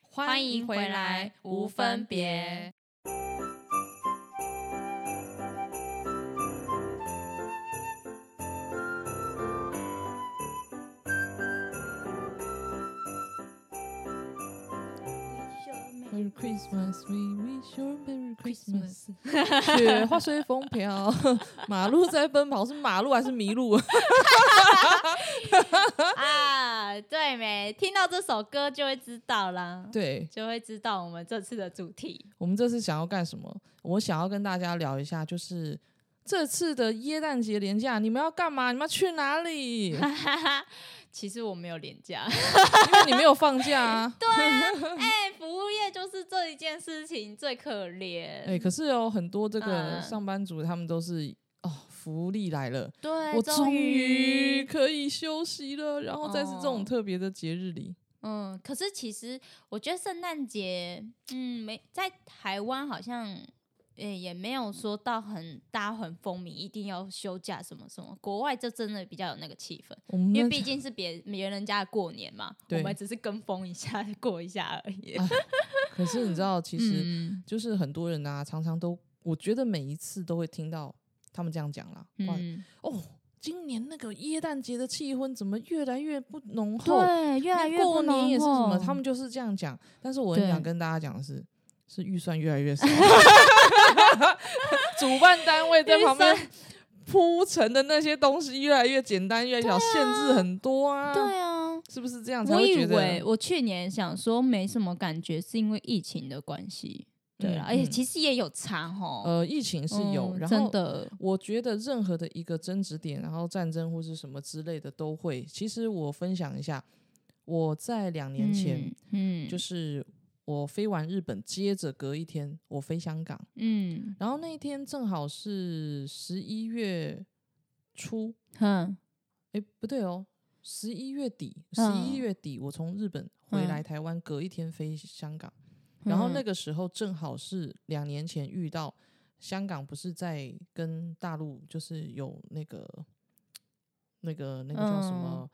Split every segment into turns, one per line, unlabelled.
欢迎回来，无分别。
Merry Christmas, we wish you a Merry Christmas。雪花随风飘，马路在奔跑，是马路还 是麋鹿？
啊，对没？听到这首歌就会知道啦，
对
就会知道我们这次的主题。
我们这次想要干什么？我想要跟大家聊一下，就是这次的耶诞节连假，你们要干嘛？你们要去哪 里？因为
其实我没有廉价，
你没有放假啊。
对啊，哎、服务业就是这一件事情最可怜。
哎、可是有很多这个
嗯
上班族，他们都是哦，福利来了。
对，
我终于
于，
可以休息了，然后在是这种
哦
特别的节日里，
嗯，可是其实我觉得圣诞节，嗯，没在台湾好像。哎也也没有说到很大家很风靡，一定要休假什么什么。国外就真的比较有那个气氛，
我们
因为
那
毕竟是别别人家的过年嘛，我
对
们只是跟风一下 过一下而已。
可是你知道，其实
嗯，
就是很多人啊，常常都，我觉得每一次都会听到他们这样讲啦。哇
嗯，
哦，今年那个耶诞节的气氛怎么越来越不浓厚？
对，越来
那
越
过
不
年
浓
也是什么，
厚
他们就是这样讲。但是我很
对
想跟大家讲的是，是预算越来越 少，主办单位在旁边。 铺陈的那些东西越来越简单，越来越小，限制很多啊，
啊对啊。
是不是这样才
我
会
以
觉得？
为我去年想说没什么感觉，是因为疫情的关系。对啦，而且
嗯
其实也有差吼，
呃，疫情是有，
嗯
然后
真的，
我觉得任何的一个争执点，然后战争或是什么之类的都会。其实我分享一下，我在两年前，
嗯，嗯，
就是是我飞完日本，接着隔一天我飞香港，
嗯
然后那一天正好是十一月初，
哼
哎，不对哦，十一月底，十
嗯
一月底我从日本回来
嗯
台湾，隔一天飞香港。然后那
嗯
个时候正好是两年前遇到香港，不是在跟大陆就是有那个那个那个叫什么、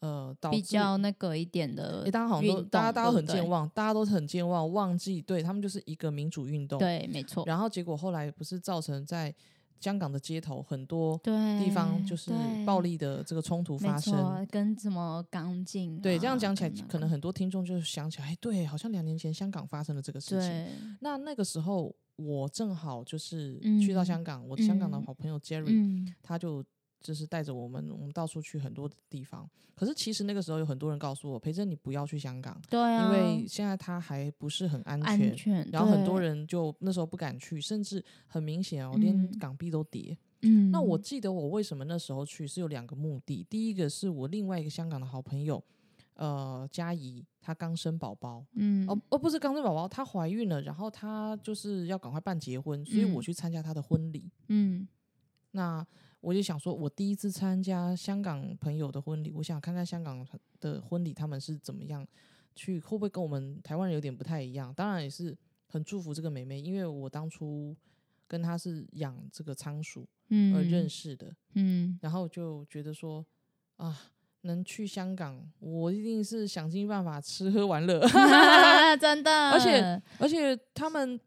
呃，导
嗯比
致
较那个一点的
诶，大家好像
运
都大家
动
大家
对
很
不
健
对
忘，大家都很健忘，忘记对他们就是一个民主运动。
对，没错，
然后结果后来不是造成在香港的街头很多
对
地方就是暴
对
力的这个冲突
没
发
错
生。，
跟什么港警、啊？
对，这样讲起来，
跟那
可能很多听众就想起来，哎，对，好像两年前香港发生了这个事情。
对，
那那个时候我正好就是去到
嗯
香港，我的香港的
嗯
好朋友 Jerry，、
嗯，
他就就是带着我们，我们到处去很多的地方。可是其实那个时候有很多人告诉我，培珍你不要去香港，
对啊，
因为现在他还不是很安全。
安全，
然后很多
对，
人就那时候不敢去，甚至很明显哦，连
嗯
港币都跌。
嗯，
那我记得我为什么那时候去是有两个目的，第一个是我另外一个香港的好朋友，呃，佳怡，她刚生宝宝，
嗯，
哦，哦，不是刚生宝宝，她怀孕了，然后她就是要赶快办结婚，所以我
嗯
去参加她的婚礼。
嗯，
那我就想说，我第一次参加香港朋友的婚礼，我想看看香港的婚礼他们是怎么样去，会不会跟我们台湾人有点不太一样？当然也是很祝福这个妹妹，因为我当初跟她是养这个仓鼠
嗯
而呃认，识的，
嗯，
然后就觉得说啊。能去香港，我一定是想尽办法吃喝玩乐。
真的，
而且而且他们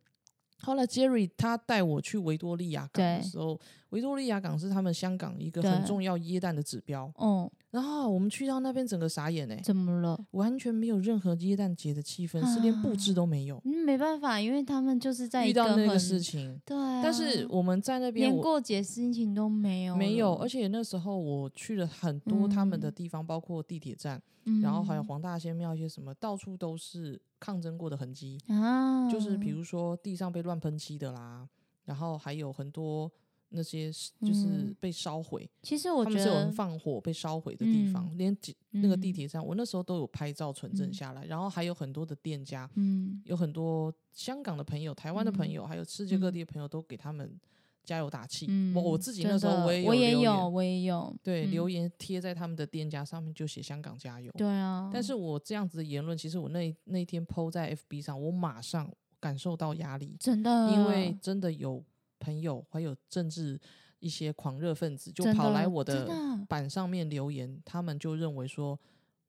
后来 Jerry 他带我去维多利亚港的
对
时候，维多利亚港是他们香港一个
对
很重要椰蛋的指标。
哦，
然后我们去到那边，整个傻眼哎、
怎么了？
完全没有任何椰蛋节的气氛，是连布置都没有。
嗯，没办法，因为他们就是啊在
遇
一
到那个
很
事，情，
对啊，
但是我们在那边
连
我
过节心情都没有了，
没有，而且那时候我去了很多他们的
嗯
地方，包括地铁站，
嗯，
然后还有黄大仙庙一些什么，到处都是抗争过的痕迹。
啊，
就是比如说地上被乱喷漆的啦，然后还有很多那些是就是
嗯
被烧毁，
其实我
他
觉
们是有人
得
放火被烧毁的地方，连几那个地
嗯
铁站，我那时候都有拍照存证
嗯
下来，然后还有很多的店家，
嗯，
有很多香港的朋友、台湾的朋
嗯
友，还有世界各
嗯
地的朋友都给他们加油打气。
嗯，
我我自己那
真
时候
的
我
我
也
也
留
有，
言
我也有，
对留
嗯
言贴在他们的店家上面，就写香港加油。
对啊，
但是我这样子的言论，其实我那一那一天 PO 在 FB 上，我马上感受到压力，
真的，
因为真的有朋友还有政治一些狂热分子就
真
跑来
的
我
真
的
的
板上面留言，他们就认为说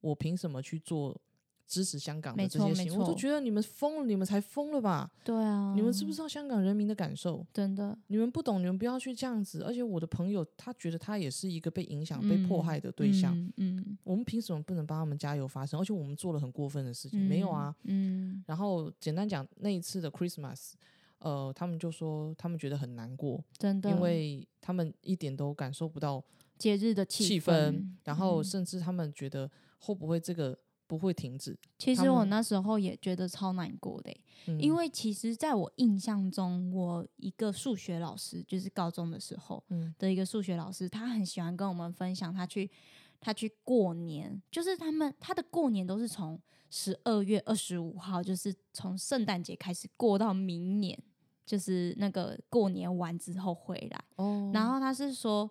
我凭什么去做支持香港的
没
这
错
些
没
行为，我都
错
觉得你们疯了，你们才疯了吧？
对啊，
你们知不知道香港人民的感受？
真的
你们不懂，你们不要去这样子。而且我的朋友他觉得他也是一个被影响、被迫
嗯
害的对象，
嗯嗯，
我们凭什么不能帮他们加油发声？而且我们做了很过分的事情，没有啊？
嗯，
然后简单讲，那一次的 Christmas，呃，他们就说他们觉得很难过，
嗯，真的，
因为他们一点都感受不到
节日的
气
氛
氛，，然后
嗯
甚至他们觉得会不会这个不会停止？
其
他
实我
们
那时候也觉得超难过的欸、
嗯
因为其实在我印象中，我一个数学老师，就是高中的时候
嗯
的一个数学老师，他很喜欢跟我们分享他去他去过年，就是他们他的过年都是从十二月二十五号，就是从圣诞节开始过到明年，就是那个过年完之后回来。
哦，
然后他是说，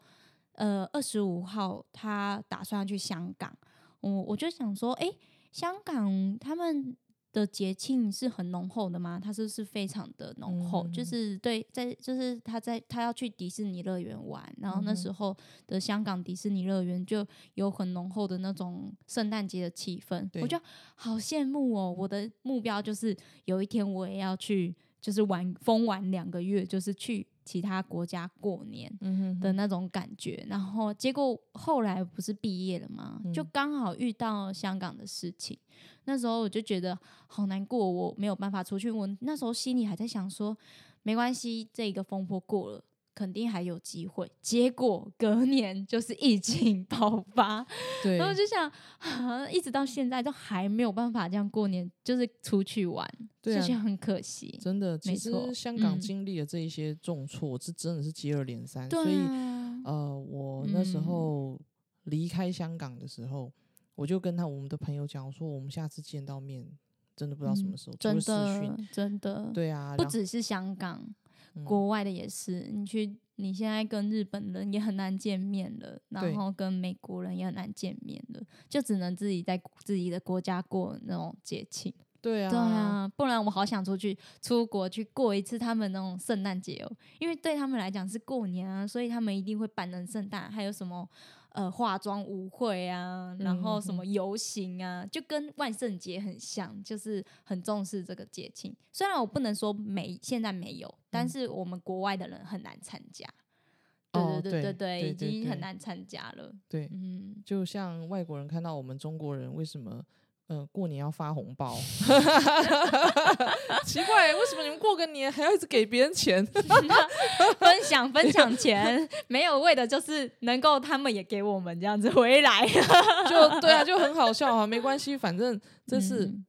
呃，二十五号他打算要去香港，我我就想说，诶，香港他们的节庆是很浓厚的吗？他是不是非常的浓厚？
嗯
就是对，在就是他在他要去迪士尼乐园玩，然
嗯
后那时候的香港迪士尼乐园就有很浓厚的那种圣诞节的气氛，
对
我就好羡慕哦。我的目标就是有一天我也要去。就是玩疯玩两个月，就是去其他国家过年
嗯哼
的那种感觉。然后结果后来不是毕业了吗？就
嗯
刚好遇到香港的事情，那时候我就觉得好难过，我没有办法出去。我那时候心里还在想说，没关系，这个风波过了。肯定还有机会，结果隔年就是疫情 爆发，
对
然后我就想，啊， 一直到现在都还没有办法这样过年，就是出去玩，
对
这些
啊。
很可惜。
真的，其
没
实
错
香港
嗯
经历了这一些重挫，这真的是接二连三，所
对
以
啊，
呃，我那时
嗯
候离开香港的时候，我就跟他我们的朋友讲，我说我们下次见到面，真的不知道什么时候，除
嗯真
了视
的
讯，
真的，
对啊，
不
然后
只是香港，
嗯
国外的也是。你去，你现在跟日本人也很难见面了，
对
然后跟美国人也很难见面了，就只能自己在自己的国家过那种节庆。
对啊，
对啊，不然我好想出去出国去过一次他们那种圣诞节哦，因为对他们来讲是过年啊，所以他们一定会办成圣诞，还有什么呃化妆舞会啊，然后什么
嗯
游行啊，就跟万圣节很像，就是很重视这个节庆。虽然我不能说没现在没有，
嗯
但是我们国外的人很难参加。
哦
对对
对
对，
对
已
对
经
对
很难参加了。
对，
嗯，
就像外国人看到我们中国人为什么。呃，过年要发红 包， 奇怪，为什么你们过个年还要一直给别人钱？
分享分享钱没有为的就是能够他们也给我们这样子回来。
就对啊，就很好笑啊，没关系，反 正 这次、
嗯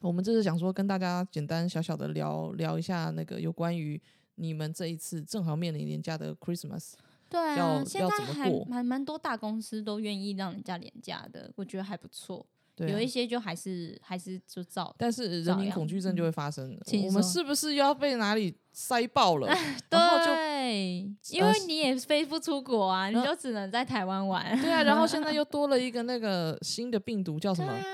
我们这次想说跟大家简单小小的聊聊一下那个有关于你们这一次正好面临年假的 Christmas，
对啊
要，
现
要
在
怎么
还
过
蛮蛮多大公司都愿意让人家廉价的，我觉得还不错。
对啊、
有一些就还是还是就照
但是人民恐惧症就
嗯
会发生了，
请
我们
说
是不是又要被哪里塞爆 了？然后就
对，因
呃
为你也飞不出国啊，你就只能在台湾 玩。
对啊，然后现在又多了一个那个新的病毒叫什
对
么？
啊，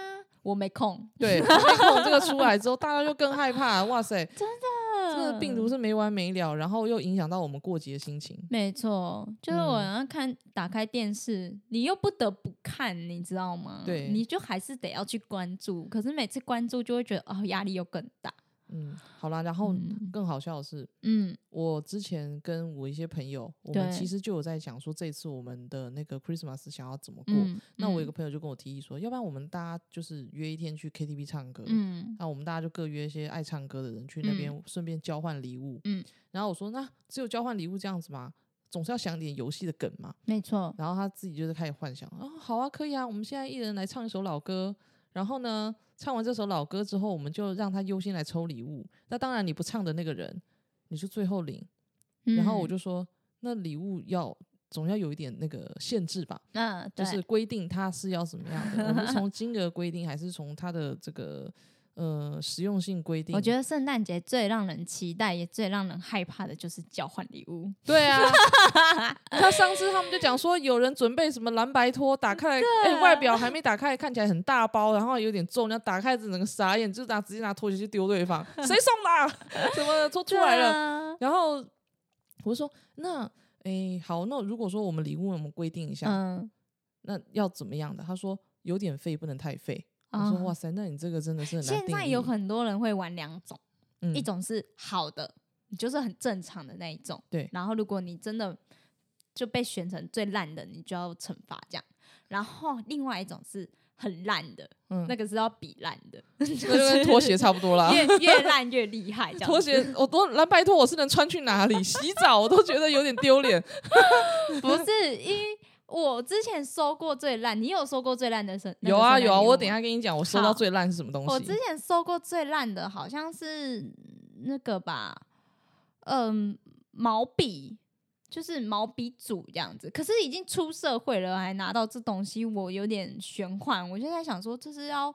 我没空，
对，从这个出来之后，大家就更害怕。哇 塞，这个病毒是没完没了，然后又影响到我们过节心情。
没错，就是我
嗯
要看、打开电视，你又不得不看，你知道吗？
对
你就还是得要去关注，可是每次关注就会觉得哦，压力又更大。
嗯，好啦，然后
嗯
更好笑的是，
嗯，
我之前跟我一些朋友，我们
对
其实就有在讲说，这次我们的那个 Christmas 想要怎么过。
嗯
那我有
嗯
个朋友就跟我提议说，要不然我们大家就是约一天去 KTV 唱歌，
嗯
那我们大家就各约一些爱唱歌的人去那边，顺便交换礼物。
嗯，
然后我说，那只有交换礼物这样子吗？总是要想点游戏的梗嘛。
没错，
然后他自己就是开始幻想啊，好啊，可以啊，我们现在一人来唱一首老歌，然后呢，唱完这首老歌之后，我们就让他优先来抽礼物。那当然，你不唱的那个人，你是最后领。然后我
嗯
就说，那礼物要总要有一点那个限制吧，
嗯，
就
对
是规定它是要什么样的，我们是从金额规定，还是从它的这个呃实用性规定？
我觉得圣诞节最让人期待也最让人害怕的就是交换礼物。
对 啊。他上次他们就讲说，有人准备什么蓝白拖，打开来，哎、外表还没打开，看起来很大包，然后有点重，然后打开整个傻眼，就拿直接拿拖鞋去丢对方，谁送的啊、 什么的都出来了。
了，
然后我就说，那诶、好，那如果说我们礼物我们规定一下，
嗯
那要怎么样的？他说有点费，不能太费。我说
啊
哇塞，那你这个真的是很难
现
定义。
在有很多人会玩两种，
嗯
一种是好的，你就是很正常的那一种，
对
然后如果你真的就被选成最烂的，你就要惩罚这样。然后另外一种是很烂的，
嗯
那个是要比烂的，
这就跟拖鞋差不多啦。
越越烂越厉害这样子。
拖鞋我都蓝拜托我是能穿去哪里？洗澡我都觉得有点丢脸。
不是因为我之前收过最烂，你有收过最烂的生？那个
有啊
圣诞
有啊，
礼物
我
吗
等一下跟你讲，我收到
好
最烂是什么东
我
西
之。前收过最烂的好像是那个吧，嗯，毛笔，就是毛笔组这样子。可是已经出社会了，还拿到这东西，我有点玄幻。我就在想说，这是要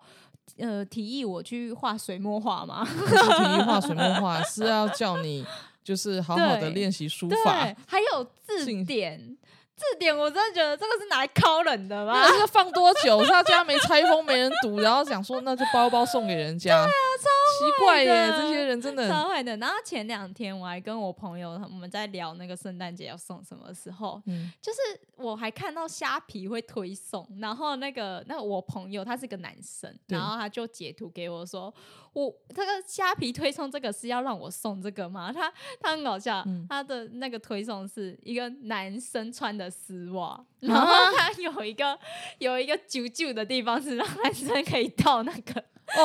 呃提议我去画水墨画吗？
不是体育化、水墨 画，是要叫你就是好好的
对
练习书
对
法。，
还有字
进
典，字典我真的觉得这个是拿来敲人的吧
那？个是放多久？是他家没拆封，没人读，然后想说那就包包送给人家。奇怪耶，
啊的
这些人真的很
超坏的。然后前两天我还跟我朋友我们在聊那个圣诞节要送什么的时候，
嗯
就是我还看到虾皮会推送，然后那个那个我朋友他是个男生，
对
然后他就截图给我说，我这个虾皮推送这个是要让我送这个吗？ 他他很搞笑，
嗯
他的那个推送是一个男生穿的丝袜，然后他有一个、有一个揪揪的地方是让男生可以套那个。
哦，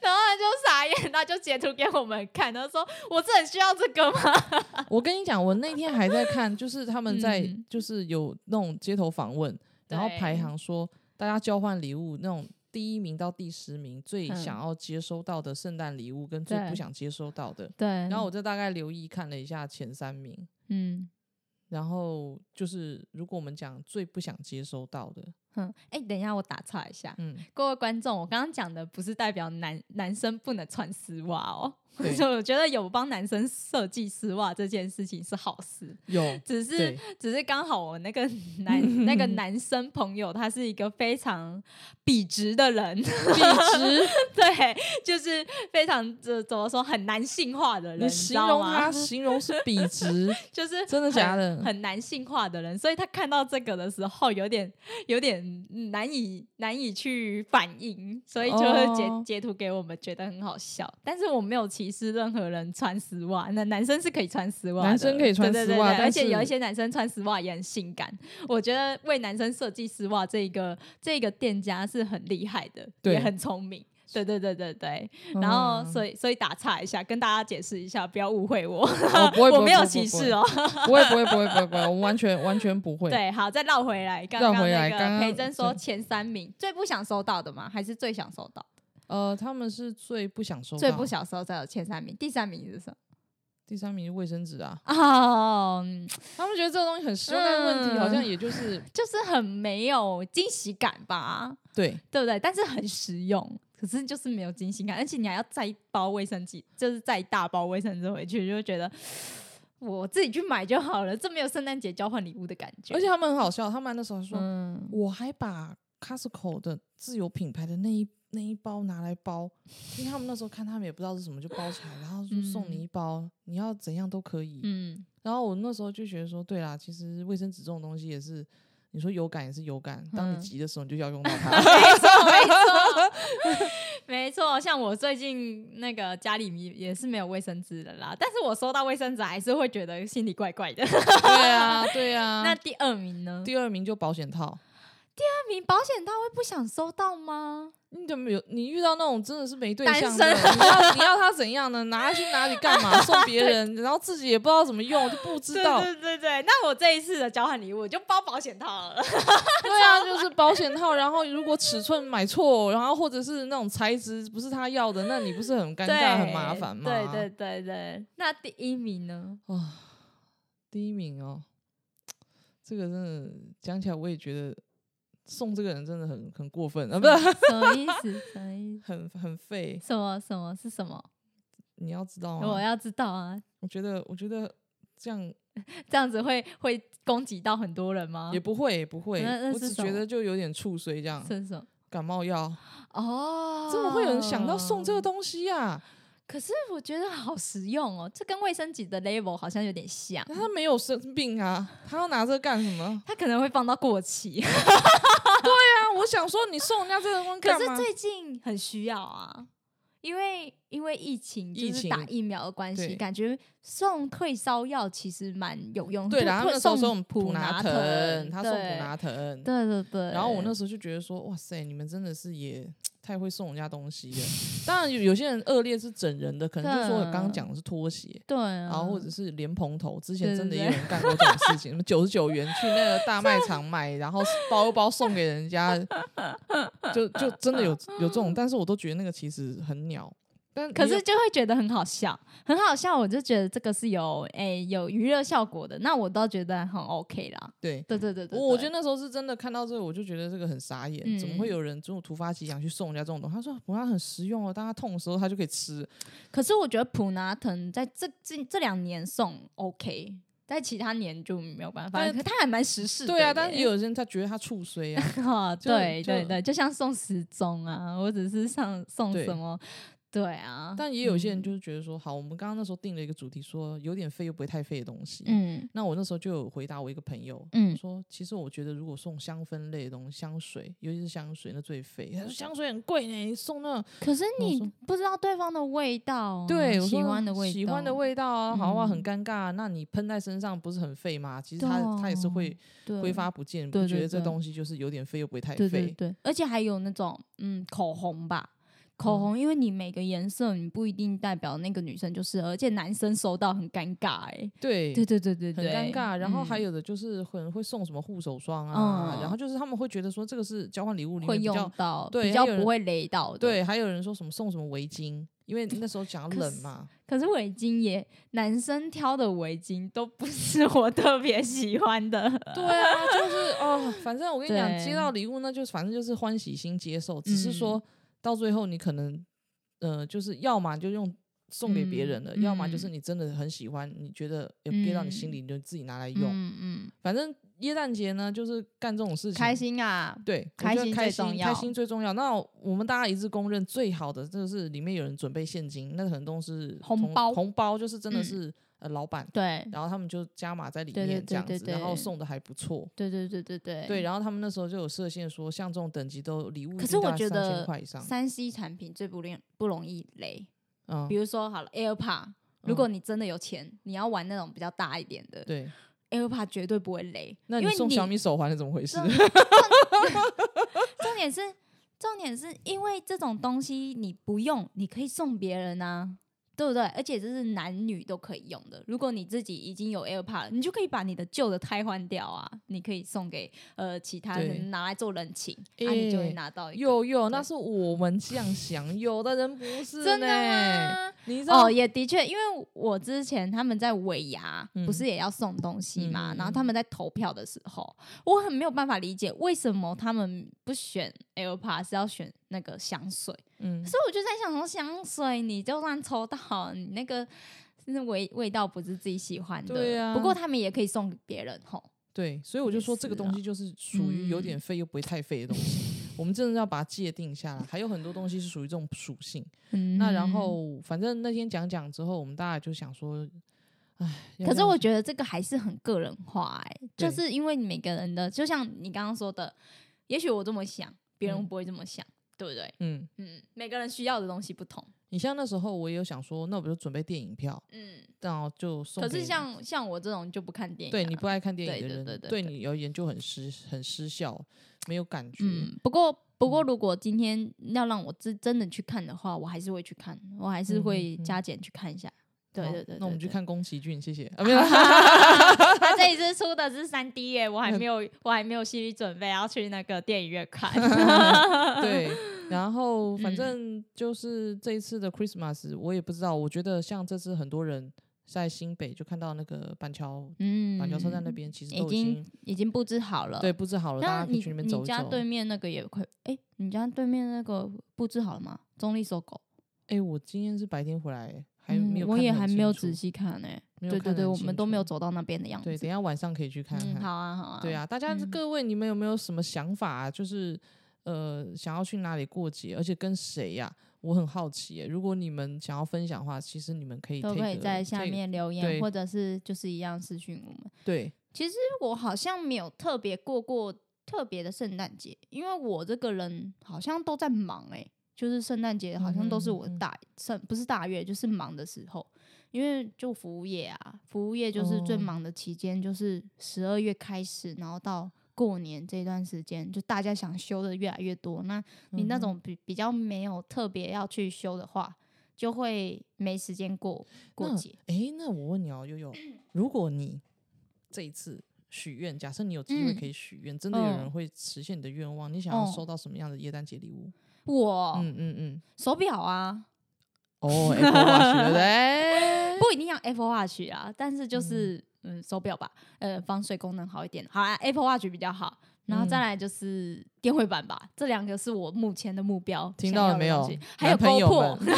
然后他就傻眼，他就截图给我们看，他说：“我是很需要这个吗
我跟你讲，我那天还在看，就是他们在
嗯
就是有那种街头访问，然后
对
排行说大家交换礼物那种。第一名到第十名最
嗯
想要接收到的圣诞礼物跟最不
对嗯
想接收到的，？”
对，
然后我就大概留意看了一下前三名，
嗯
然后就是如果我们讲最不想接收到的，
哼，哎、等一下，我打岔一下，
嗯，
各位观众，我刚刚讲的不是代表男男生不能穿丝袜哦，所
对
以我觉得有帮男生设计丝袜这件事情是好事。
有
只是
对
只是刚好我那个 男那个男生朋友，他是一个非常笔直的人，
笔直，
对，就是非常怎怎么说很男性化的人，
你
你知
形
道
容
吗？
他，形容是笔直，
就是
真的假
很
的
很男性化的人，所以他看到这个的时候，有点有点嗯难以难以去反应，所以就会截、
哦
截图给我们，觉得很好笑。但是我没有歧视任何人穿丝袜，那男生是可以穿丝袜的，
男生可以穿丝袜
对对对对
但
而且有
是
一些男生穿丝袜也很性感。我觉得为男生设计丝袜这一个这个店家是很厉害的，
对
也很聪明。对对对对对，然后
嗯
所以所以打岔一下，跟大家解释一下，不要误会我，
哦不会不会
我没有
不会
歧
不
视
会
哦。
不会不会不会不会不会，我们完全完全不 会。
对，好，再绕回来，刚
绕
刚
回来
那
刚
个
刚
培珍说
是
前三名最不想收到的吗？还是最想收到？
呃，他们是最不想收到，
最不想收到的前三名，第三名是什 么？
第三名是卫生纸啊，
哦，嗯
他们觉得这个东西很实用，但问题好像
嗯
也就是、
就是很没有惊喜感吧，
对
对不对？但是很实用，可是就是没有惊喜感，而且你还要再一包卫生纸，就是再一大包卫生纸回去，就会觉得我自己去买就好了，这没有圣诞节交换礼物的感觉。
而且，他们很好笑，他们那时候说，
嗯，
我还把 Costco 的自有品牌的那一那一包拿来包，因为他们那时候看他们也不知道是什么，就包起来，然后就送
嗯
你一包，你要怎样都可以。
嗯，
然后我那时候就觉得说，对啦，其实卫生纸这种东西也是，你说有感也是有感，当你
嗯
急的时候你就要用到 它。
没错，没错， 没错。像我最近那个家里面也是没有卫生纸的啦，但是我收到卫生纸还是会觉得心里怪怪的。
对啊，对啊。
那第二名呢？第
第二名就保险套，
二名保险套会不想收到吗？
你怎么有？你遇到那种真的是没对
单
象
身
的，你要你要他怎样呢？拿去哪里干嘛？ 送别人，然后自己也不知道怎么用，就不知道。
对对对对，那我这一次的交换礼物我就包保险套了。
对啊，就是保险套，然后如果尺寸买错，然后或者是那种材质不是他要的，那你不是很尴尬、很麻烦吗？
对对对对，那第一名呢？
啊，第一名哦，这个真的讲起来我也觉得送这个人真的很很过分啊，不是
什么意思？什么意思？
很很废。
什么什么是什么？
你要知道
我
吗？
要知道啊，
我觉得我觉得这样
这样子会会攻击到很多人吗？
也不会也不会，
啊那那
我
是
只
什
觉
么
得就有点触衰这样。
是什么？
感冒药
哦，
怎么会有人想到送这个？东西呀、啊？
可是我觉得好实用哦，这跟卫生纸的 label 好像有点像，
他没有生病啊，他要拿这个干什么？
它可能会放到过期。
啊，我我想说，你送人家这个东西
可
干
是
嘛？
最近很需要啊，因为因为疫情，
疫
就是
情
打疫苗的关系，
对
感觉送退烧药其实蛮有用的。
对，然后
退
那时候
送
送普拿
腾
疼，，他送普
对
拿疼，
对对对。
然后我那时候就觉得说，哇塞，你们真的是也太会送人家东西了。当然有有些人恶劣是整人的，可能就说我刚
嗯
刚讲的是拖鞋，
对啊，
然后或者是莲蓬头，之前
对
真的
对
也有
对
人干过这种事情，什 么九十九元去那个大卖场买，然后包一包送给人 家，就就真的有有这种，但是我都觉得那个其实很鸟。但
可
你有
是就会觉得很好笑，很好笑。我就觉得这个是有诶、有娱乐效果的，那我倒觉得很 OK 啦。
对。
对对对对
哦
嗯
我我觉得
得
那时候是真的看到这个，我就觉得这个很傻眼，怎么会有人这种突发奇想去送人家这种东西？他说不，它很实用哦，当他痛的时候他就可以吃。
可是我觉得普拿疼在这这这两年送 OK，在其他年就没有办法。
但
可他还蛮时事的耶，
对啊，但 是也有些人他觉得他触衰啊，
啊，
就
对对
就
对，就像送时钟啊，或者是上送
对
什么，对啊，
但也有些人就是觉得说，好，我们刚刚那时候定了一个主题说有点废又不会太废的东西。
嗯
那我那时候就有回答我一个朋友，
嗯
说其实我觉得如果送香氛类的东西，香水，尤其是香水，那最废。他说香水很贵呢，你送那种
可是
我
你
说
不知道对方的味道啊、
对我
喜
说
欢的味道，
喜欢的味道啊，好啊，很
嗯啊
尴尬啊。那你喷在身上不是很废吗？其实他他也是会
对
挥发不见，
对
不觉
对
得这
对
东西就是有点废又不会太
对对
废。
对，而且还有那种嗯口红吧。口红，因为你每个颜色你不一定代表那个女生就是，而且男生收到很尴尬哎、
对
对对对对
很
对，
尴尬。然后还
嗯
有的就是很会送什么护手霜啊，
嗯
然后就是他们会觉得说这个是交换礼物里面
会
比
用
较
到，
对
比
还
较
有
不
人
会雷到的。
对，还有人说什么送什么围巾，因为那时候讲
可
冷
是
嘛，
可是围巾也，男生挑的围巾都不是我特别喜欢的。
对啊，就是哦，反正我跟你讲，
对
接到礼物那就反正就是欢喜心接受，只是说、
嗯
到最后你可能呃，就是要么就用。送给别
嗯
人了，要么就是
嗯
你真的很喜欢，你觉得有憋到你心
嗯
里，你就自己拿来用。
嗯嗯，
反正耶诞节呢，就是干这种事情，
开心啊！
对，我
开
觉得
心
开
最
心
重
开
要
心最重要。那我们大家一致公认最好的就是里面有人准备现金，那可能都是
红
同
包
红包就是真的
嗯
是、呃老板，
对
然后他们就加码在里
对对
面
对
这样子，
对
然后
对
送的还不错。
对对对对对
对，。然后他们那时候就有设限说，像这种等级都礼物，
哎可是我
三
觉
千
得
块以上，
三 C 产品最不容不容易雷，
嗯
比，如说好了 AirPod，如果你真的有钱，你要玩那种比较大一点的
对，
AirPod 绝对不会雷，
那
因
你
为
送小米手环是怎么回事？
重重点是，重点是因为这种东西你不用，你可以送别人啊，对不对？而且这是男女都可以用的。如果你自己已经有 AirPod，了你就可以把你的旧的汰换掉啊，你可以送给呃其他
对
人拿来做人情，那、啊、你就
诶
会拿到一个。
有有，那
对
是我们这样想，有的 人不是
真的
呢？
吗？
你知道
哦，也的确，因为我之前他们在尾牙、
嗯
不是也要送东西嘛，
嗯嗯
然后他们在投票的时候，我很没有办法理解为什么他们不选 AirPods 是要选那个香水，
嗯，
所以我就在想说，香水你就算抽到，你那个那味味道不是自己喜欢的，
对啊
不过他们也可以送给别人吼，
对，所以我就
也
说这个
是
东
啊嗯
西就是属于有点废又不会太废的东西，我们真的要把它界定下来。还有很多东西是属于这种属性。
嗯
那然。后反正那天讲讲之后，我们大家就想说，唉，要
可
不
是
要
我觉得这个还是很个人化、欸，
对
就是因为你每个人的，就像你刚刚说的，也许我这么想，别人
嗯
不会这么想，对不对？
嗯，
嗯，每个人需要的东西不同，
你像那时候我也有想说，那我就准备电影票，
嗯。
然后就送
可
给。
是像像我这种就不看电影、啊，
对你不爱看电
对
影的
对
人，
对对对
你而言就很失很失效，没有感觉。
嗯，不过不过，
嗯
如果今天要让我真真的去看的话，我还是会去看，我还是会加减去看一下。对
嗯好
对对，
那我们
对
去。
对
看宫崎骏，谢谢啊，没有啦，
他这一次出的是三 D 耶，我
嗯
还没有我还没有心理准备要去那个电影院 看。
对，然后反
嗯
正就是这一次的 Christmas，我也不知道，我觉得像这次很多人在新北就看到那个板桥、
嗯，
板桥车站那边，其实
已
都已经
经已经布置好了。
对布置好了，大
那
家可以
你
去那边走
你
一
家
走。
对面那个也快，哎，你家对面那个布置好了吗？中立搜狗。
哎，我今天是白天回来，还没有
嗯，我
看得
也
很
还没有
清楚
仔细看呢、
没有
对
看得
对对，
很
我们
清
都没有
楚
走到那边的样子。
对，等一下晚上可以去看
嗯，
看。
好啊，好啊。
对，啊，大家
嗯
各位，你们有没有什么想法、啊？就是呃，想要去哪里过节，而且跟谁呀、我很好奇耶、如果你们想要分享的话，其实你们可以
都
take-
可以在下
take-
面留
对
言，或者是就是一样私讯我们。
对
其实我好像没有特别过过特别的圣诞节，因为我这个人好像都在忙哎、就是圣诞节好像都是我
嗯嗯嗯
大圣、不是大月就是忙的时候，因为就服务业啊，服务业就是最
哦
忙的期间，就是十二月开始，然后到过年这段时间，就大家想休的越来越多，那
嗯
你那种比比较没有特别要去修的话，就会没时间过过
那
节。
诶，那我问你哦，悠 悠，如果你这一次许愿，假设你有机会
嗯
可以许愿，真的有人
嗯
会实现你的愿望，你想要
哦
收到什么样的耶诞节礼物？
我、
嗯嗯 嗯，
手表啊，
哦，Apple Watch 对不对？
不一定要 Apple Watch 啊，但是就是嗯手表吧，呃防水功能好一点，好、啊、Apple Watch 比较好。然后再
嗯
来就是电绘板吧，这两个是我目前的目标。
听
想
到了
要的
没
东
有
西还有
男朋友
GoPro，
们
哎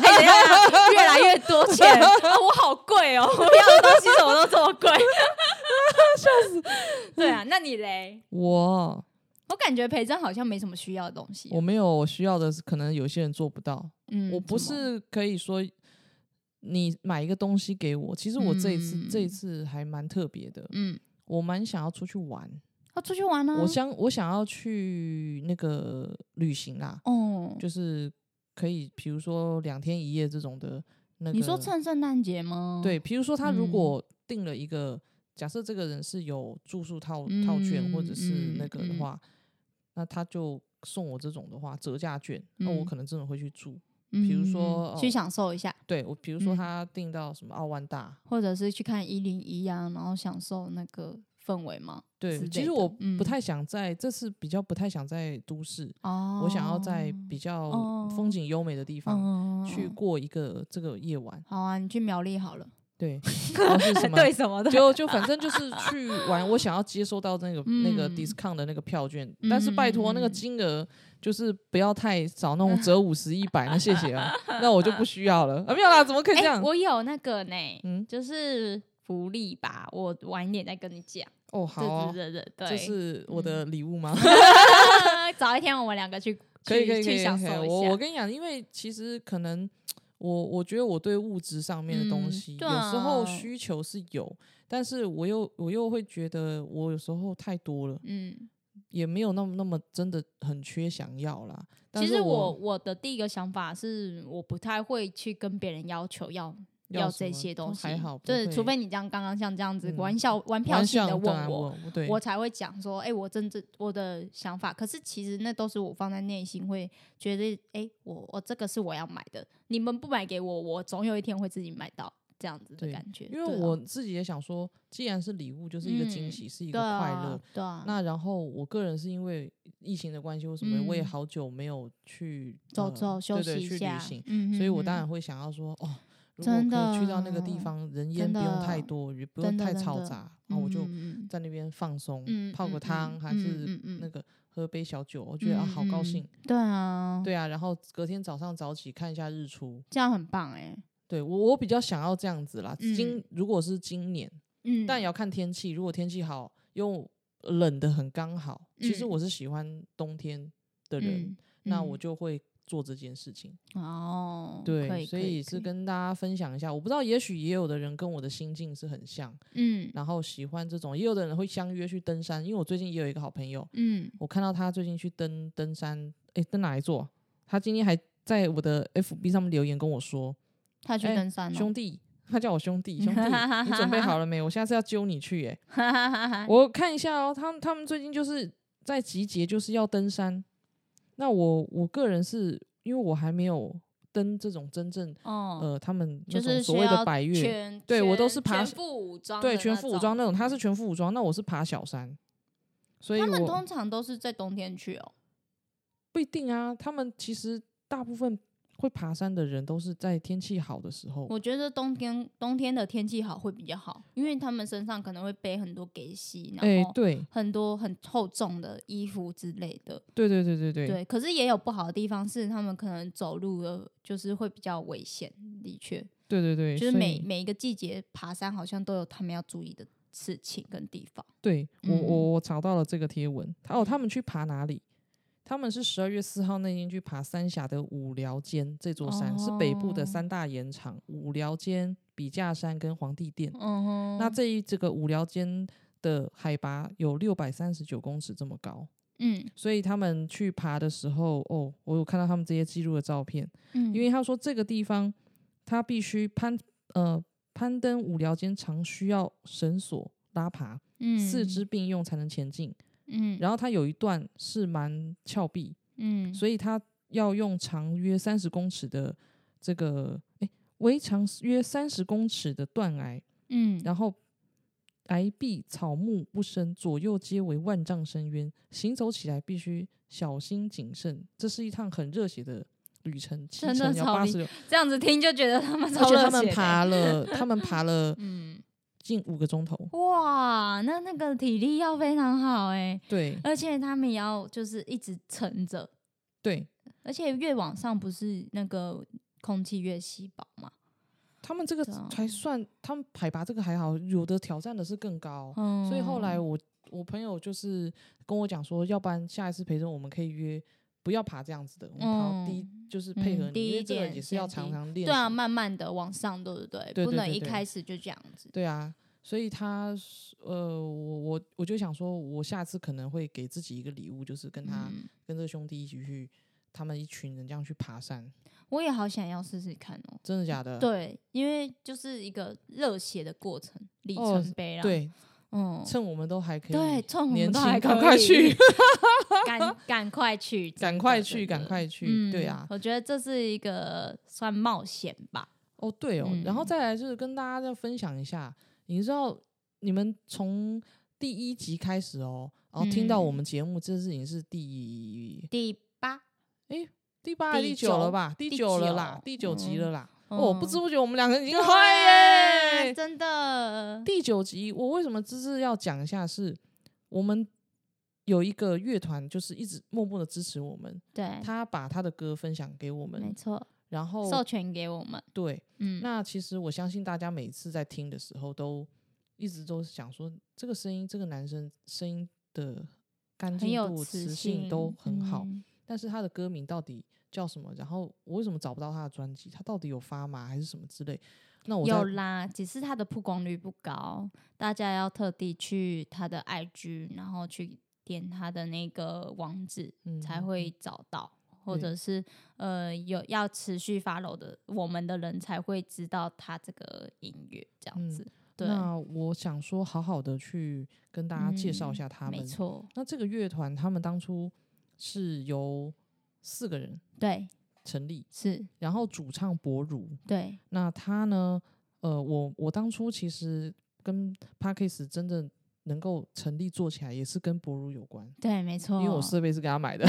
等一下越来越多钱啊！我好贵哦，我要的东西怎么都这么 贵，笑死！ 对啊，那你嘞？
我
我感觉培真好像没什么需要的东西。
我没有我需要的是，可能有些人做不到。
嗯
我不
什么
是可以说你买一个东西给我，其实我这一次、这一
嗯
次还蛮特别的，
嗯，
我蛮想要出去玩，
要出去玩呢、啊。
我想我想要去那个旅行啦，
哦，
就是可以比如说两天一夜这种的那个，
你说趁圣诞节吗？
对，比如说他如
嗯
果定了一个，假设这个人是有住宿套套券或者是
嗯
那个的
嗯
话，那他就送我这种的话折价券，那、我
嗯
可能真的会去住。
嗯，
比如说
去
哦
享受一下，
对我，比如说
嗯
他订到什么奥万大，
或者是去看一零一啊，然后享受那个氛围吗？之
对，
类
其实
的
我
嗯
不太想在、这次比较不太想在都市，
哦，
我想要在比较风
哦
景优美的地方、
嗯
去。过一个这个夜晚。
好啊，你去苗栗好了。
对，然后是什么？
对什么的？
就就反正就是去玩，我想要接收到那个、那个
嗯
discount 的那个票券，但是拜托那个
嗯
金额就是不要太少，那种折五十一百，那谢谢啊，那我就不需要了啊，没有啦，怎么可以这
哎、
样？
我有那个呢，
嗯
就是福利吧，我晚一点再跟你讲。
哦，好哦
对对对对
这
嗯对，
是我的礼物吗？
早一天我们两个去，
可以
去
可以可
去
以，
享
可以
受一
我
下
我跟你讲，因为其实可能我我觉得我对物质上面的东
嗯
西、
对
有时候
啊
需求是有，但是我又我又会觉得我有时候太多了，
嗯，
也没有那么那么真的很缺想要啦。但
其
是
实我
我
我的第一个想法是，我不太会去跟别人要求要
要什
这
么
些
都
东西，
还好不
对，除
会
非你这样刚刚像这样子
嗯
玩笑玩票
玩
性
笑
的
当然
问我，
啊对
我才会讲说，哎、我真正我的想法。可是其实那都是我放在内心，会觉得，哎、我我这个是我要买的，你们不买给我，我总有一天会自己买到这样子的
对
感觉。
因为
对啊
我自己也想说，既然是礼物，就是一个惊
嗯
喜，是一个
对
快乐
啊。，对啊，
那然后我个人是因为疫情的关系，或什么，我也
嗯
好久没有去
走
呃
走休
对
息
对去
一
旅
下
行，，
嗯
所以我当
嗯
然会想要说，哦，如果
真
可以去到那个地
的
方，人烟不
真
用太
的
多，也不用
真的
太
真
嘈
的
杂，那啊我就
嗯嗯
在那边放松，
嗯
泡个
嗯
汤，
嗯
还是
嗯嗯
那
嗯
个喝杯小酒，我觉得、啊好高
嗯
兴。
对啊，
对啊，然后隔天早上早起看一下日出。
这样很棒哎、
对我，我比较想要这样子啦。今如果是今年，
嗯，
但也要看天气。如果天气好，又冷的很刚好，其实
嗯
我是喜欢冬天的人，
嗯
那我
嗯
就会做这件事情。
哦，可
对，
以
所
可
以是
可
跟大家分享一下。我不知道，也许也有的人跟我的心境是很像，
嗯
然后喜欢这种，也有的人会相约去登山。因为我最近也有一个好朋友，
嗯，
我看到他最近去登登山，诶，登哪一座啊？他今天还在我的 FB 上面留言跟我说，
他去
哎
登山了、
兄弟，他叫我兄弟，兄弟，你准备好了没？我下次要揪你去、欸，
啊
我看一下哦，他们他们最近就是在集结，就是要登山。那我我个人是因为我还没有登这种真正
哦，
呃，他们那
就
种
是
所
需
谓的
要
百越，
全
对我都
全
是爬
全副武装的那
对，
种，嗯
全副武装那种，他是全副武装，那我是爬小山，所以
他们
我
通常都是在冬天去哦，
不一定啊。他们其实大部分会爬山的人都是在天气好的时候，
我觉得冬天冬天的天气好会比较好，因为他们身上可能会背很多给洗，
哎、
然后
对
很多很厚重的衣服之类的。
对对对对对，
对，可是也有不好的地方是，他们可能走路的，就是会比较危险。的确，
对对对，
就是
所
每
以
每一个季节爬山好像都有他们要注意的事情跟地方。
对我我
嗯
我找到了这个贴文，哦，他们去爬哪里？他们是十二月四号那天去爬三峡的五寮尖这座山，是北部的
哦
三大岩场——五寮尖、笔架山跟皇帝殿。
嗯哼，
那这一这个五寮尖的海拔有六百三十九公尺这么高，
嗯
所以他们去爬的时候，哦，我有看到他们这些记录的照片，
嗯，
因为他说这个地方他必须攀呃攀登五寮间常需要绳索拉爬，
为
四肢并用才能前进。
嗯，
然后它有一段是蛮峭壁，
嗯，
所以它要用长约三十公尺的这个诶围长约三十公尺的断崖，
嗯，
然后崖壁草木不生，左右皆为万丈深渊，行走起来必须小心谨慎。这是一趟很热血的旅程，骑
真的
程要
超
八
厉
十六，
这样子听就觉得他们
而
超
且
热
他们
血的
爬 了，他们爬了
嗯，
近五个钟头，
哇，那那个体力要非常好哎、
对
而且他们也要就是一直撑着，
对，
而且越往上不是那个空气越稀薄嘛，
他们这个
对啊
才算，他们海拔这个还好，有的挑战的是更高。
嗯，
所以后来我我朋友就是跟我讲说，要不然下一次陪着我们可以约，不要爬这样子的，我们爬低、就是配合
嗯
你，
低
因
一
为这个
点
也是要
先
常
低
常练
对啊，
习
慢慢的往上，对不对？
对
不
对
能
对
一
对
开始就这样子，
对啊，所以他是呃，我我我就想说，我下次可能会给自己一个礼物，就是跟他、
嗯，
跟这个兄弟一起去，他们一群人这样去爬山，
我也好想要试试看哦。
真的假的？
对，因为就是一个热血的过程，里
哦
程碑啦。，
对，
嗯，
趁我们都还可以，
啊对，趁我
年
们都
轻
还
赶
可
快
以
去，
赶 赶快去，真
赶
的
快
真
去，赶
的
快去，
嗯
对啊，
我觉得这是一个算冒险吧。
哦，对哦，然后
嗯
再来就是跟大家再分享一下，你知道你们从第一集开始哦，然后听到
嗯
我们节目，这是已经是第
第八，
第八还是
第
第九了
九
吧？第
第
九了啦
九，
第九集了啦。哦，不知
嗯
不觉我们两个已经
对
快耶！
真的，
第九集，我为什么这次要讲一下是？我们有一个乐团，就是一直默默的支持我们，
对，
他把他的歌分享给我
嗯没
们，
错，
然后
授权给我们，
对，
嗯，
那其实我相信大家每次在听的时候，都一直都是想说，这个声音，这个男生声音的干
很
净
有
度、
磁
磁性都很好，
嗯
但是他的歌名到底叫什么？然后我为什么找不到他的专辑？他到底有发吗？还是什么之类？那我
有
在
啦，只是它的曝光率不高，大家要特地去他的 IG，然后去点他的那个网址、
嗯
才会找到，或
对
者是呃有要持续 follow 的我们的人才会知道他这个音乐这样
嗯
子。对，
那我想说，好好的去跟大家介绍一
嗯
下他们。
没错，
那这个乐团，他们当初是由四个人
对，
成立，
是，
然后主唱博如，
对，
那他呢？呃，我我当初其实跟 Parkes 真的能够成立做起来，也是跟博如有关，
对，没错，
因为我设备是给他买的。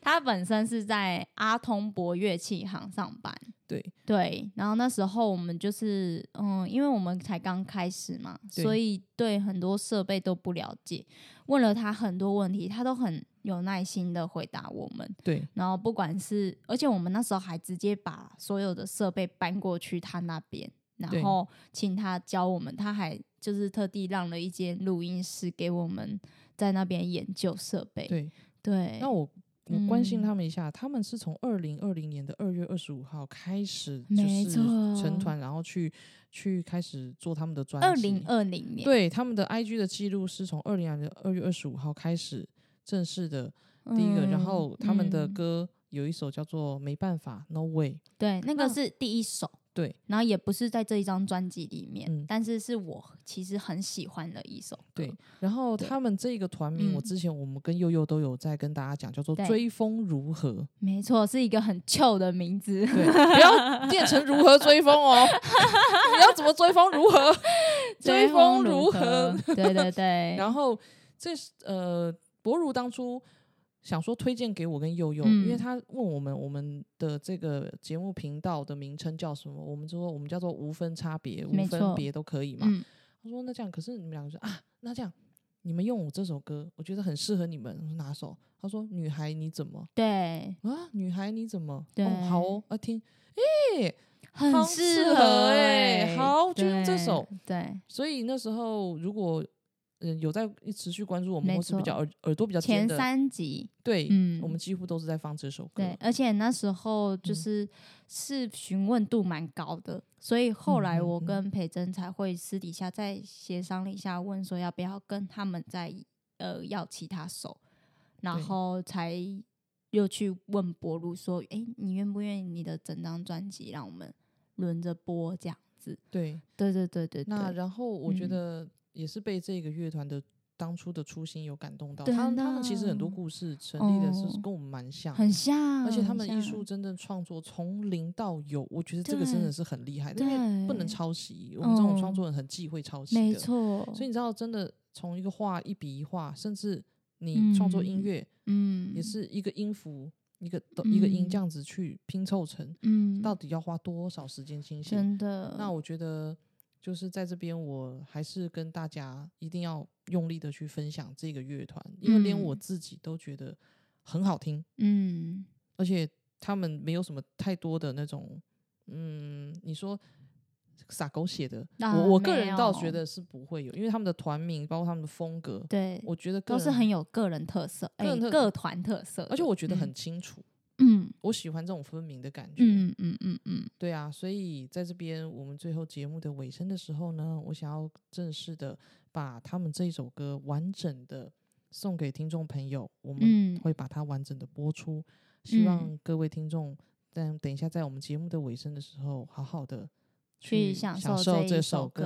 他本身是在阿通博乐器行上班。
对
对，然后那时候我们就是，嗯，因为我们才刚开始嘛，
对
所以对很多设备都不了解。问了他很多问题，他都很有耐心的回答我们。
对
然后不管是，而且我们那时候还直接把所有的设备搬过去他那边，
对
然后请他教我们。他还就是特地让了一间录音室给我们在那边研究设备。
对，
对，
那我我关心
嗯
他们一下，他们是从二零二零年的二月二十五号开始，就
没
是成
错
团，然后去去开始做他们的专
二
辑。
零二零年，
对他们的 IG 的记录是从二零年的二月二十五号开始正式的第一个，然
嗯
后他们的
嗯
歌有一首叫做《没办法 No Way》。
对，那个
那
是第一首。
嗯对，
然后也不是在这一张专辑里面，
嗯
但是是我其实很喜欢的一首歌。
对，然后
对
他们这个团名，我
嗯
之前我们跟悠悠都有在跟大家讲，叫做“
对
追风如 何。
没错，是一个很旧的名字”，
对，不要变成如何追风哦， 你要怎么追风如 何？ 追风如何？？
对对对，
然后这呃，博如当初想说推荐给我跟悠悠，因为
嗯
他问我们我们的这个节目频道的名称叫什么，我们就说我们叫做无分差别、无
没
分
错
别都可以嘛。
嗯，
他说那这样，可是你们两个说啊，那这样你们用我这首歌，我觉得很适合你们。我说哪首？他说女孩你怎么
对，
啊？女孩你怎么？
对
哦，好哦，啊听，好
很
适
适
合欸
哎、
欸好就用这首。
对，
所以那时候如果嗯有在持续关注我们，
没
或是比
错
较耳耳朵比较尖
前
的，
三集，
对，
嗯
我们几乎都是在放这首歌。
对，而且那时候
嗯
就是、是询问度蛮高的，所以后来
嗯嗯
我
嗯
跟培珍才会私底下再协商了一下，问说要不要跟他们再呃要其他首，然
对
后才又去问博如说，诶，你愿不愿意你的整张专辑让我们轮着播这样子？
对，
对对对对
那
对，
然后我觉
嗯
得也是被这个乐团的当初的初心有感动到，
对
他们他们其实很多
呢
故事成立的是
哦
跟我们蛮像。
很像，
而且他
很
们艺
像
术真正创作从零到有，我觉得这个真
对
的是很厉害，因为不能
对
抄袭。我们这种创
嗯
作人很忌讳抄袭的，
没错，
所以你知道，真的从一个画一笔一画，甚至你创作音
嗯
乐、
嗯，
也是一个音符、一个哆一个音这
嗯
样子去拼凑成，
嗯，
到底要花多少时间清醒？
真的，
那我觉得就是在这边，我还是跟大家一定要用力的去分享这个乐团，因为连我
嗯
自己都觉得很好听，
嗯
而且他们没有什么太多的那种，嗯，你说撒狗血的，
啊
我我个
没
人倒觉
有
得是不会有，因为他们的团名包括他们的风格，
对，
我觉得个
都是
人
很有个人特色，
个
哎、
人特
各团特色的，
而且我觉得
嗯
很清楚，
嗯
我喜欢这种分明的感觉。
嗯嗯嗯嗯，
对啊，所以在这边我们最后节目的尾声的时候呢，我想要正式的把他们这一首歌完整的送给听众朋友，我们
嗯
会把它完整的播出，希
嗯
望各位听众在等一下在我们节目的尾声的时候，好好的
去
享
享
受
这一
首歌，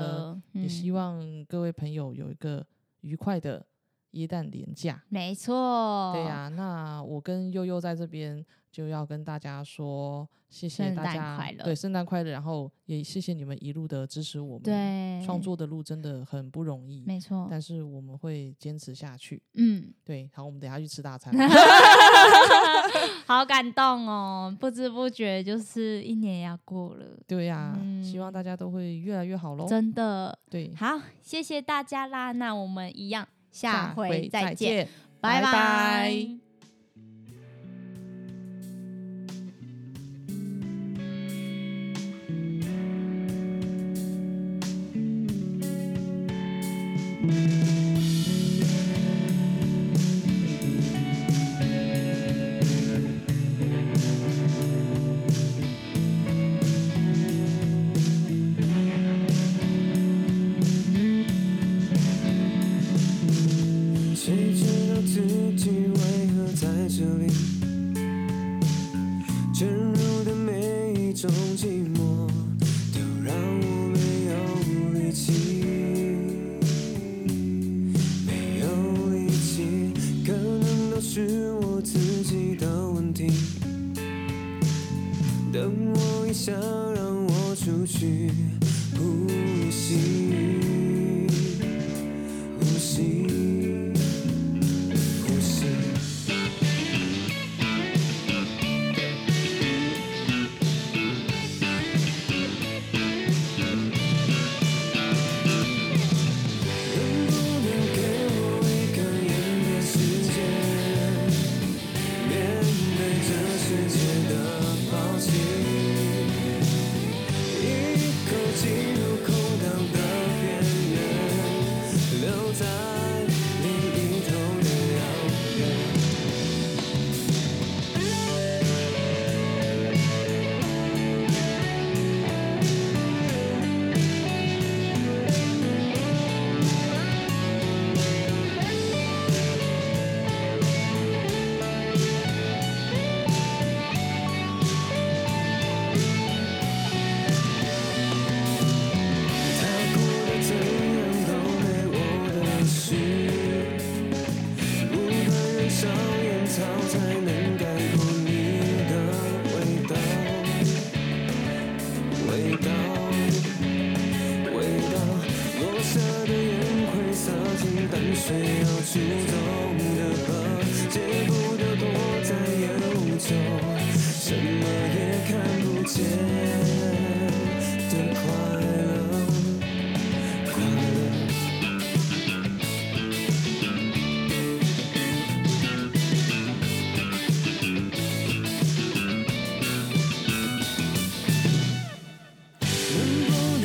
歌，
也希
嗯、
望各位朋友有一个愉快的耶诞连假。
没错，
对呀、、啊那我跟悠悠在这边就要跟大家说，谢谢
圣
大
诞
家，
快乐
对，圣诞快乐，然后也谢谢你们一路的支持我们，，
对，
创，作的路真的很不容易，
没错，
但是我们会坚持下去。
嗯，
对，好，我们等一下去吃大 餐，
好感动哦，不知不觉就是一年要过了。
对呀、希望
嗯
大家都会越来越好喽。
真的
对，
好，谢谢大家啦！那我们一样，下
回
回
再
再见，
拜
拜
拜
谁知道自己为何在这里？沉入的每一种寂寞，都让我没有力气，没有力气，可能都是我自己的问题。等我一下，让我出去呼吸。呼吸，呼吸。能不能给我一个眼的时间，面对这世界的抛弃？一口进入空荡的边缘。留在另一头的遥远。他哭得怎样都没我的事，无可燃烧烟草才能盖过你的味道，味道，味道。落下的烟灰洒进淡水要出走的河，结果都躲在烟雾中，什么也看不见。的快乐，快乐。能不能给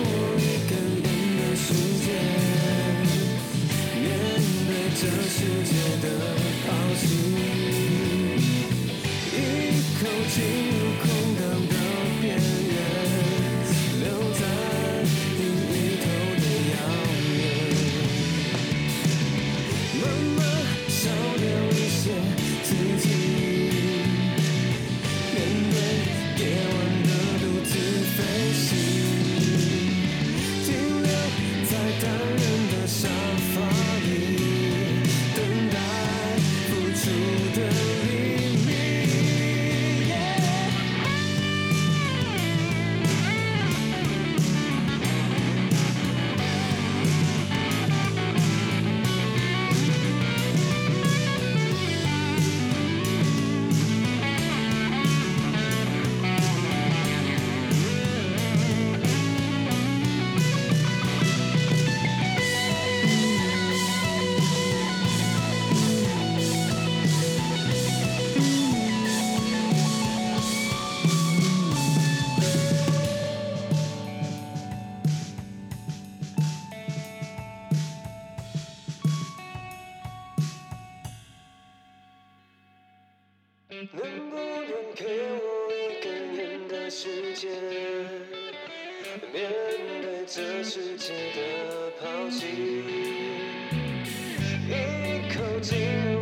我一个人的时间，的世界，面对这世界的抛弃，一口进入